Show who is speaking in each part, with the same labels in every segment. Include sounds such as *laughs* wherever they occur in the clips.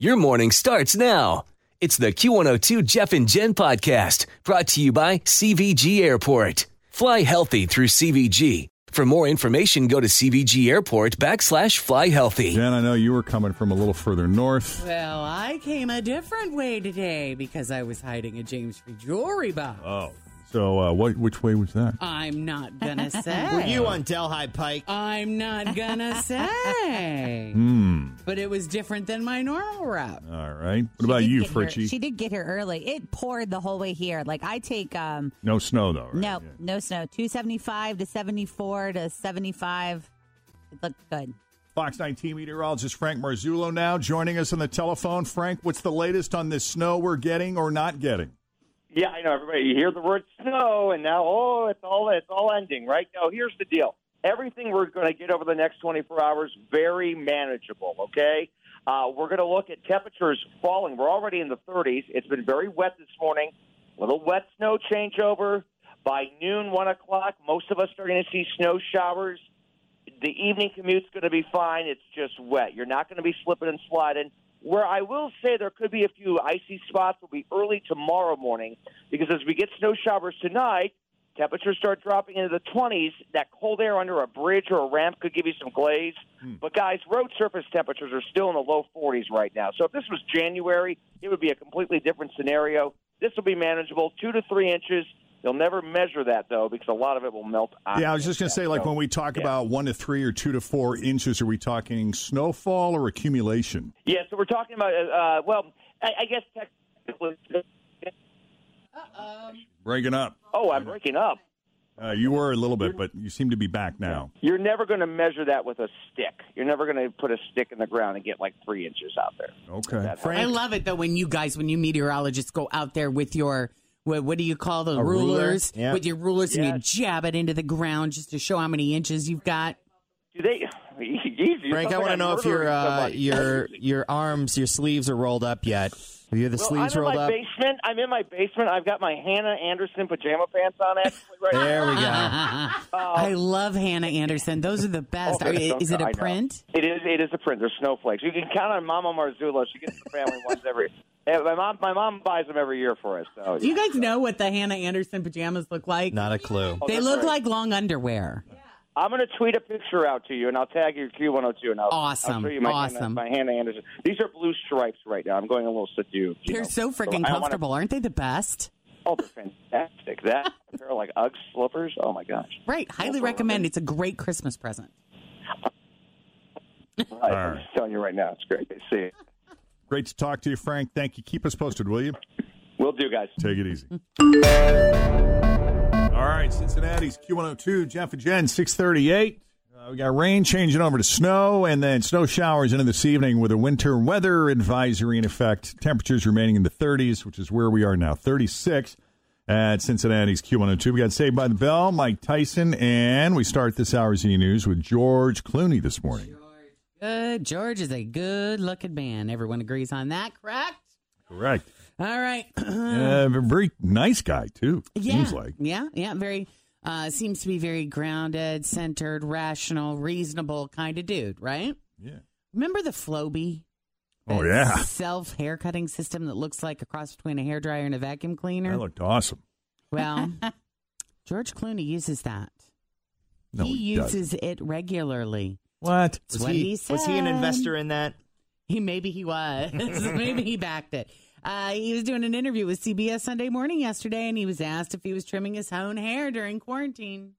Speaker 1: Your morning starts now. It's the Q102 Jeff and Jen podcast brought to you by CVG Airport. Fly healthy through CVG. For more information, go to CVG Airport backslash fly healthy.
Speaker 2: Jen, I know you were coming from a little further north.
Speaker 3: Well, I came a different way today because I was hiding a James Free jewelry box.
Speaker 2: Oh. So, uh, what, which way was that?
Speaker 3: I'm
Speaker 4: *laughs*
Speaker 3: not gonna say.
Speaker 4: Were you on Delhi Pike?
Speaker 3: I'm
Speaker 4: *laughs*
Speaker 3: not gonna say. But it was different than my normal route.
Speaker 2: All right. What
Speaker 5: Oh. She
Speaker 2: about
Speaker 5: did
Speaker 2: you,
Speaker 5: get here-
Speaker 2: Fritchie?
Speaker 5: She did get here early. It poured the whole way here. Like I take um
Speaker 2: No snow, though. Right?
Speaker 5: no
Speaker 2: Yeah.
Speaker 5: no snow. Two seventy five to seventy four to seventy five. It looked good.
Speaker 2: Fox 19 meteorologist Frank Marzullo now joining us on the telephone. Frank, what's the latest on this snow we're getting or not getting?
Speaker 6: Yeah, I know everybody. You hear the word snow, and now oh, it's all it's all ending right now. Here's the deal: everything we're going to get over the next 24 hours very manageable. Okay, uh, we're going to look at temperatures falling. We're already in the 30s. It's been very wet this morning. Little wet snow changeover by noon, one o'clock. Most of us are going to see snow showers the evening commute's going to be fine. It's just wet. You're not going to be slipping and sliding. Where I will say there could be a few icy spots will be early tomorrow morning because as we get snow showers tonight, temperatures start dropping into the 20s. That cold air under a bridge or a ramp could give you some glaze.
Speaker 2: Hmm.
Speaker 6: But guys, road surface temperatures are still in the low 40s right now. So if this was January, it would be a completely different scenario. This will be manageable, two to three inches. You'll never measure that though because a lot of it will melt.
Speaker 5: Uh,
Speaker 6: ice.
Speaker 2: Yeah, I was just going to say, like,
Speaker 6: So-
Speaker 2: when we talk about one to three or two to four inches, are we talking snowfall or accumulation?
Speaker 6: Yeah, so we're talking about, uh, uh, well, I, I guess technically.
Speaker 2: Breaking up.
Speaker 6: Oh, I'm breaking up.
Speaker 2: Uh, you were a little bit, but you seem to be back now.
Speaker 6: You're never going to measure that with a stick. You're never going to put a stick in the ground and get like three inches out there.
Speaker 2: Okay. Frank,
Speaker 3: I love it though when you guys, when you meteorologists go out there with your what, what do you call the
Speaker 4: A ruler?
Speaker 3: rulers?
Speaker 4: Yeah.
Speaker 3: With your rulers and you
Speaker 6: Yes.
Speaker 3: jab it into the ground just to show how many inches you've got.
Speaker 6: Do they? *laughs* Easy.
Speaker 4: Frank, I want to know if your uh, your your arms, your sleeves are rolled up yet. Have you had the
Speaker 6: Well,
Speaker 4: sleeves
Speaker 6: I'm in
Speaker 4: rolled
Speaker 6: my
Speaker 4: up?
Speaker 6: basement. I'm in my basement. I've got my Hannah Anderson pajama pants on. Actually, right
Speaker 4: There
Speaker 6: now. *laughs*
Speaker 4: we go.
Speaker 3: I love Hannah Anderson. Those are the best.
Speaker 6: Oh, there's
Speaker 3: Are- is
Speaker 6: some-
Speaker 3: it a
Speaker 6: I know.
Speaker 3: print?
Speaker 6: It is. It is a print. They're snowflakes. You can count on Mama Marzullo. She gets the family *laughs* ones every. Yeah, my mom. My mom buys them every year for us. So
Speaker 3: Do you guys know what the Hannah Anderson pajamas look like?
Speaker 4: Not a clue.
Speaker 3: they
Speaker 6: Oh, that's
Speaker 3: look
Speaker 6: right.
Speaker 3: like long underwear.
Speaker 6: I'm going to tweet a picture out to you, and I'll tag your Q102, and I'll, I'll
Speaker 3: Awesome.
Speaker 6: show you my,
Speaker 3: Awesome.
Speaker 6: Hannah, my Hannah Anderson. These are blue stripes right now. I'm going a little subdued. you
Speaker 3: They're
Speaker 6: know.
Speaker 3: so
Speaker 6: I don't
Speaker 3: freaking
Speaker 6: wanna- *laughs*
Speaker 3: comfortable, aren't they the best?
Speaker 6: oh, they're fantastic. That a pair of like UGG slippers. Oh my gosh.
Speaker 3: Right. Highly recommend. It's a great Christmas present.
Speaker 6: Right. I'm just telling you right now, it's great. See, you.
Speaker 2: great to talk to you, Frank. Thank you. Keep us posted, will you?
Speaker 6: we'll do, guys.
Speaker 2: Take it easy. All right, Cincinnati's Q102, Jeff and Jen, 638. Uh, we got rain changing over to snow, and then snow showers into this evening with a winter weather advisory in effect. Temperatures remaining in the 30s, which is where we are now, 36 at Cincinnati's Q102. We got Saved by the Bell, Mike Tyson, and we start this hour's E! News with George Clooney this morning.
Speaker 3: Good. George is a good looking man. Everyone agrees on that, correct?
Speaker 2: Correct.
Speaker 3: All right. *clears throat*
Speaker 2: Uh, very nice guy, too.
Speaker 3: yeah.
Speaker 2: Seems like.
Speaker 3: Yeah. Yeah. Very, uh, seems to be very grounded, centered, rational, reasonable kind of dude, right?
Speaker 2: Yeah.
Speaker 3: Remember the Floby?
Speaker 2: Oh, yeah.
Speaker 3: Self haircutting system that looks like a cross between a hairdryer and a vacuum cleaner.
Speaker 2: That looked awesome.
Speaker 3: Well, George Clooney uses that.
Speaker 2: No,
Speaker 3: he,
Speaker 2: he doesn't.
Speaker 3: uses it regularly.
Speaker 2: What?
Speaker 3: That's what he, said.
Speaker 4: was he an investor in that?
Speaker 3: He *laughs* maybe he was. maybe he backed it. Uh, he was doing an interview with CBS Sunday Morning yesterday, and he was asked if he was trimming his own hair during quarantine.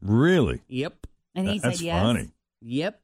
Speaker 2: Really?
Speaker 3: Yep.
Speaker 5: And he
Speaker 2: That's
Speaker 5: said yes.
Speaker 2: funny.
Speaker 3: Yep.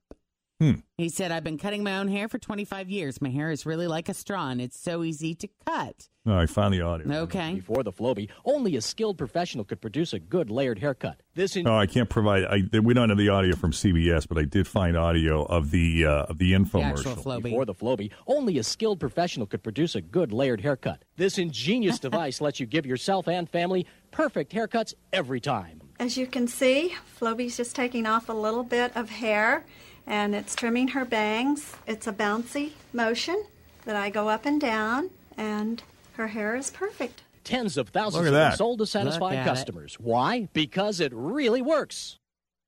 Speaker 2: Hmm.
Speaker 3: He said, I've been cutting my own hair for 25 years. My hair is really like a straw, and it's so easy to cut.
Speaker 2: All right, find the audio.
Speaker 3: Okay.
Speaker 7: Before the Flowbee, only a skilled professional could produce a good layered haircut. This in-
Speaker 2: Oh, I can't provide. I, we don't have the audio from CBS, but I did find audio of the uh, of the
Speaker 3: The actual
Speaker 2: infomercial.
Speaker 3: flow
Speaker 7: Before the Flowbee, only a skilled professional could produce a good layered haircut. This
Speaker 8: *laughs*
Speaker 7: ingenious device lets you give yourself and family perfect haircuts every time.
Speaker 8: As you can see, Floby's just taking off a little bit of hair and it's trimming her bangs. It's a bouncy motion that I go up and down, and her hair is perfect.
Speaker 7: Tens of
Speaker 2: Look
Speaker 7: thousands
Speaker 2: at
Speaker 7: of them
Speaker 2: that.
Speaker 7: sold to
Speaker 3: Look
Speaker 7: satisfy
Speaker 3: at it.
Speaker 7: customers. Why? Because it really works.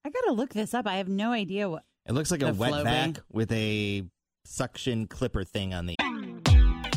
Speaker 5: I gotta look this up. I have no idea what.
Speaker 4: It looks like
Speaker 3: The
Speaker 4: a wet
Speaker 3: flow
Speaker 4: vac
Speaker 3: bay.
Speaker 4: with a suction clipper thing on the.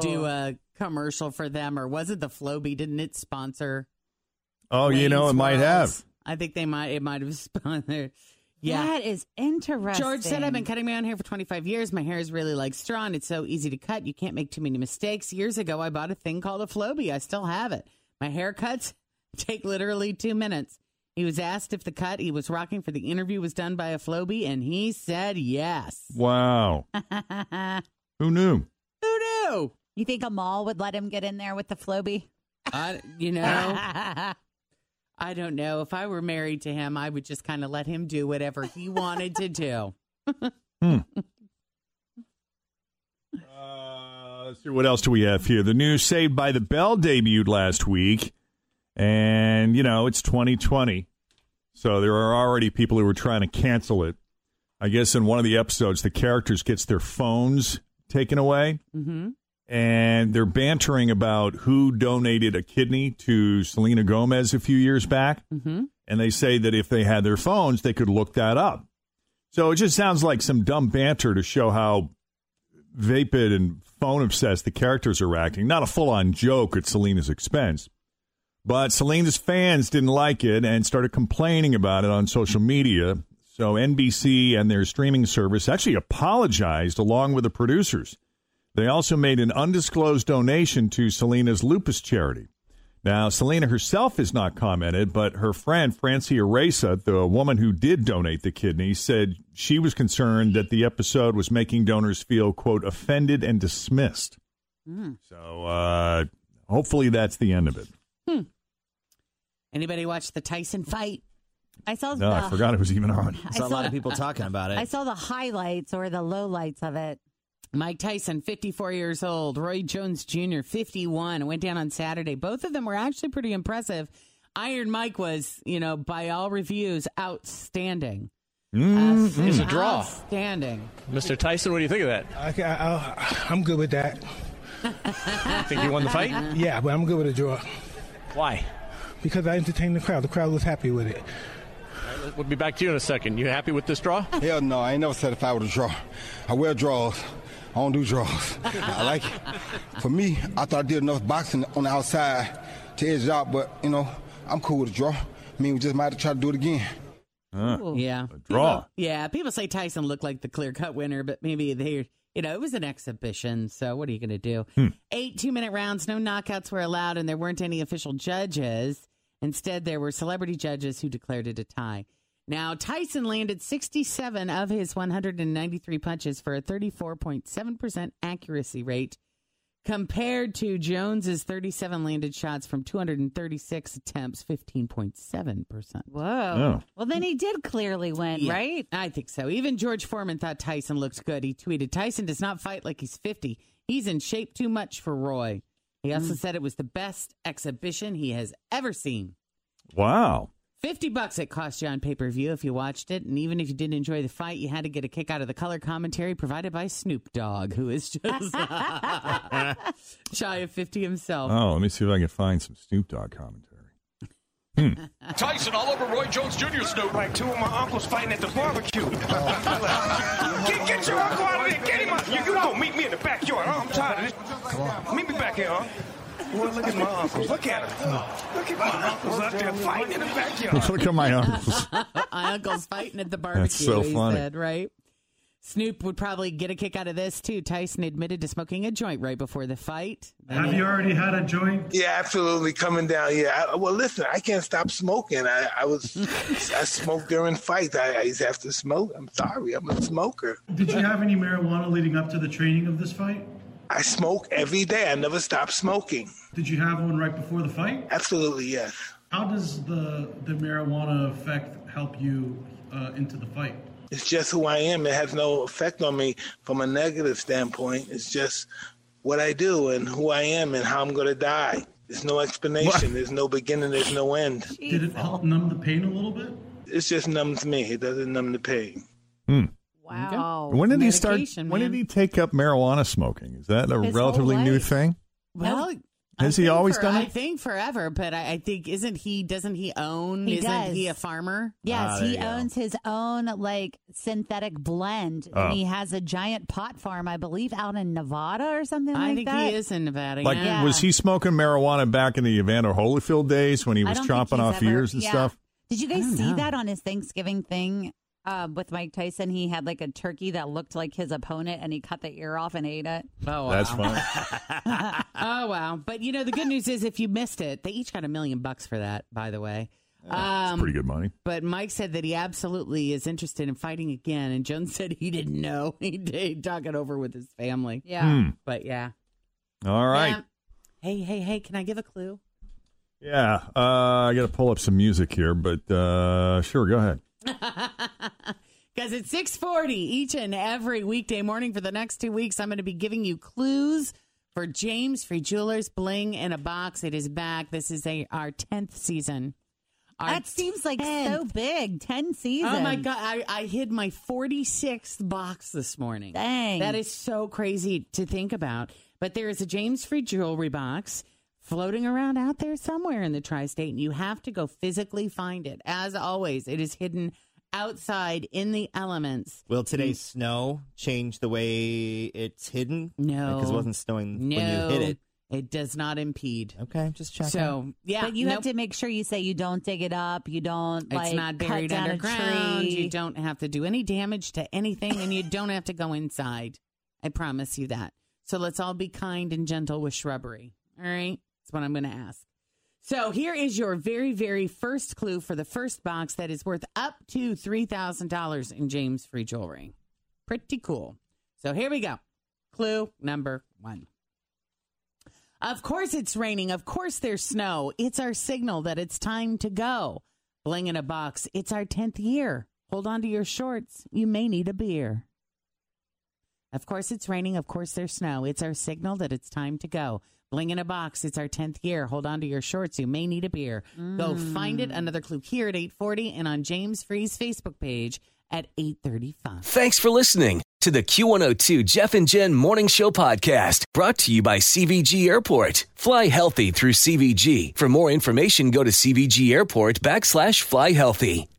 Speaker 3: do
Speaker 5: Oh.
Speaker 3: a commercial for them, or was it the Flowbee? Didn't it sponsor?
Speaker 2: Oh, you know, it
Speaker 3: Wayne's
Speaker 2: might
Speaker 3: World?
Speaker 2: have.
Speaker 3: I think they might. It might have *laughs* sponsored. Yeah.
Speaker 5: That is interesting.
Speaker 3: George said, I've been cutting my own hair for 25 years. My hair is really like straw and it's so easy to cut. You can't make too many mistakes. Years ago, I bought a thing called a Flowbee. I still have it. My haircuts *laughs* take literally two minutes. He was asked if the cut he was rocking for the interview was done by a Flowbee, and he said yes.
Speaker 2: Wow.
Speaker 7: *laughs*
Speaker 2: Who knew?
Speaker 3: Who knew?
Speaker 5: You think a mall would let him get in there with the Floby?
Speaker 3: I,
Speaker 5: *laughs*
Speaker 3: you know, I don't know. If I were married to him, I would just kind of let him do whatever he wanted to do.
Speaker 2: Uh, let's see, what else do we have here? The new Saved by the Bell debuted last week, and you know it's 2020, so there are already people who are trying to cancel it. I guess in one of the episodes, the characters gets their phones taken away,
Speaker 3: Mm-hmm.
Speaker 2: and they're bantering about who donated a kidney to Selena Gomez a few years back,
Speaker 3: Mm-hmm.
Speaker 2: and they say that if they had their phones, they could look that up. So it just sounds like some dumb banter to show how vapid and phone obsessed the characters are acting. Not a full on joke at Selena's expense. But Selena's fans didn't like it and started complaining about it on social media. So NBC and their streaming service actually apologized along with the producers. They also made an undisclosed donation to Selena's lupus charity. Now, Selena herself has not commented, but her friend Francie Aresa, the woman who did donate the kidney, said she was concerned that the episode was making donors feel, quote, offended and dismissed.
Speaker 3: Hmm.
Speaker 2: So uh, hopefully that's the end of it.
Speaker 3: Anybody watch the Tyson fight?
Speaker 5: I
Speaker 3: Oh,
Speaker 5: saw.
Speaker 2: No,
Speaker 5: the-
Speaker 2: I forgot it was even
Speaker 3: *laughs*
Speaker 2: on.
Speaker 5: I
Speaker 4: Saw a lot
Speaker 5: saw-
Speaker 4: of people talking about it.
Speaker 5: I saw the highlights or the lowlights of it.
Speaker 3: Mike Tyson, 54 years old. Roy Jones Jr., 51, went down on Saturday. Both of them were actually pretty impressive. Iron Mike was, you know, by all reviews, outstanding. Uh,
Speaker 7: It's a draw.
Speaker 3: Outstanding.
Speaker 7: Mr. Tyson, what do you think of that?
Speaker 9: I, am good with that.
Speaker 7: Think you won the fight?
Speaker 9: Yeah, but I'm good with a draw
Speaker 7: Why?
Speaker 9: because I entertained the crowd. The crowd was happy with it.
Speaker 7: We'll be back to you in a second. You happy with this draw?
Speaker 9: *laughs* Hell no, I ain't never said if I were to draw. I wear draws. I don't do draws. I like it. For me, I thought I did enough boxing on the outside to edge it out, but you know, I'm cool with a draw. I mean, we just might have to try to do it again.
Speaker 2: Huh.
Speaker 3: Yeah.
Speaker 2: A draw.
Speaker 3: Yeah. People say Tyson looked like the clear cut winner, but maybe they, you know, it was an exhibition. So what are you going to do? Eight two minute rounds, no knockouts were allowed, and there weren't any official judges. Instead, there were celebrity judges who declared it a tie. Now, Tyson landed 67 of his 193 punches for a 34.7% accuracy rate compared to Jones's 37 landed shots from 236 attempts, 15.7%.
Speaker 2: Oh,
Speaker 5: Whoa. Well, then he did clearly win,
Speaker 3: Yeah,
Speaker 5: right?
Speaker 3: I think so. Even George Foreman thought Tyson looked good. He tweeted, Tyson does not fight like he's 50. He's in shape too much for Roy. He also
Speaker 5: Mm.
Speaker 3: said it was the best exhibition he has ever seen.
Speaker 2: Wow.
Speaker 3: 50 bucks it cost you on pay per view if you watched it. And even if you didn't enjoy the fight, you had to get a kick out of the color commentary provided by Snoop Dogg, who is just *laughs* shy of 50 himself.
Speaker 2: Oh, let me see if I can find some Snoop Dogg commentary.
Speaker 10: Tyson all over Roy Jones Jr. Snoop. Like two of my uncles fighting at the barbecue. get, get your uncle out of there. Get him out. You, you gonna meet me in the backyard. huh? I'm tired of this. Meet me back here, huh? Boy, look at my uncles. Look at them. Look at my uncles out there fighting in the backyard.
Speaker 2: *laughs* Look at
Speaker 3: *laughs*
Speaker 2: my uncles.
Speaker 3: my uncle's fighting at the barbecue.
Speaker 2: so
Speaker 3: he
Speaker 2: funny.
Speaker 3: said, right? Snoop would probably get a kick out of this too. Tyson admitted to smoking a joint right before the fight.
Speaker 11: Have you already had a joint?
Speaker 12: Yeah, absolutely. Coming down. Yeah. I, well, listen, I can't stop smoking. I, I was, I smoked during fights. I, I used to have to smoke. I'm sorry. I'm a smoker.
Speaker 11: Did you have any marijuana leading up to the training of this fight?
Speaker 12: I smoke every day. I never stop smoking.
Speaker 11: Did you have one right before the fight?
Speaker 12: Absolutely, yes.
Speaker 11: How does the the marijuana effect help you uh, into the fight?
Speaker 12: It's just who I am. It has no effect on me from a negative standpoint. It's just what I do and who I am and how I'm going to die. There's no explanation. There's no beginning. There's no end.
Speaker 11: Did it help numb the pain a little bit?
Speaker 12: It just numbs me. It doesn't numb the pain.
Speaker 3: Oh,
Speaker 5: Wow.
Speaker 2: when did he start? When did he take up marijuana smoking? Is that a
Speaker 3: His whole
Speaker 2: relatively new
Speaker 3: life.
Speaker 2: thing?
Speaker 3: Well,
Speaker 2: Has he always done
Speaker 3: I
Speaker 2: it?
Speaker 3: think forever, but I, I think isn't he? Doesn't he own?
Speaker 5: He
Speaker 3: isn't
Speaker 5: does.
Speaker 3: he a farmer?
Speaker 5: Yes,
Speaker 3: Ah, there
Speaker 5: he
Speaker 3: you go.
Speaker 5: owns his own like synthetic blend,
Speaker 3: Oh.
Speaker 5: and he has a giant pot farm, I believe, out in Nevada or something
Speaker 3: I
Speaker 5: like
Speaker 3: think
Speaker 5: that.
Speaker 3: he is in Nevada.
Speaker 2: Like,
Speaker 5: Yeah.
Speaker 2: was he smoking marijuana back in the Evander Holyfield days when he
Speaker 5: I
Speaker 2: was
Speaker 5: don't think
Speaker 2: chopping
Speaker 5: he's
Speaker 2: off
Speaker 5: ever-
Speaker 2: ears and
Speaker 5: yeah.
Speaker 2: stuff?
Speaker 5: Did you guys
Speaker 2: don't
Speaker 5: see
Speaker 2: know.
Speaker 5: that on his Thanksgiving thing uh, with Mike Tyson? He had like a turkey that looked like his opponent, and he cut the ear off and ate it.
Speaker 3: Oh, wow.
Speaker 2: That's funny.
Speaker 3: *laughs* oh wow! But you know the good news is if you missed it, they each got a million bucks for that. By the way, um,
Speaker 2: Pretty good money.
Speaker 3: But Mike said that he absolutely is interested in fighting again, and Jones *laughs* said he didn't know. *laughs* He did talk it over with his family.
Speaker 5: Yeah.
Speaker 2: Hmm.
Speaker 3: But yeah.
Speaker 2: All right.
Speaker 3: Yeah. Hey, hey, hey! Can I give a clue?
Speaker 2: Yeah, uh, I got to pull up some music here, but uh, sure, go ahead.
Speaker 3: Because it's 640 each and every weekday morning for the next two weeks, I'm going to be giving you clues for James Free Jewelers Bling in a Box. It is back. This is a, our 10th season.
Speaker 5: That seems like so big. Ten seasons.
Speaker 3: Oh my God. I, I hid my 46th box this morning.
Speaker 5: Dang.
Speaker 3: That is so crazy to think about. But there is a James Free Jewelry box floating around out there somewhere in the tri state, and you have to go physically find it. As always, it is hidden outside in the elements.
Speaker 4: Will today's snow change the way it's hidden?
Speaker 3: No.
Speaker 4: Because it wasn't snowing
Speaker 3: No,
Speaker 4: when you hit it.
Speaker 3: it does not impede.
Speaker 4: Okay, just checking.
Speaker 3: So, yeah.
Speaker 5: But you
Speaker 3: nope.
Speaker 5: have to make sure you say you don't dig it up. You don't
Speaker 3: It's
Speaker 5: like
Speaker 3: not buried
Speaker 5: cut down a
Speaker 3: underground.
Speaker 5: tree.
Speaker 3: You don't have to do any damage to anything, and you don't have to go inside. I promise you that. So let's all be kind and gentle with shrubbery. All right, that's what I'm going to ask. So here is your very, very first clue for the first box that is worth up to three thousand dollars in James Free jewelry. Pretty cool. So here we go. Clue number one. Of course it's raining. Of course there's snow. It's our signal that it's time to go. Bling in a box. It's our 10th year. Hold on to your shorts. You may need a beer. Of course it's raining. Of course there's snow. It's our signal that it's time to go. Bling in a box. It's our 10th year. Hold on to your shorts. You may need a beer. Go find it. Another clue here at 840 and on James Free's Facebook page at 835.
Speaker 1: Thanks for listening to the Q102 Jeff and Jen Morning Show podcast brought to you by CVG Airport. Fly healthy through CVG. For more information, go to CVG Airport backslash fly healthy.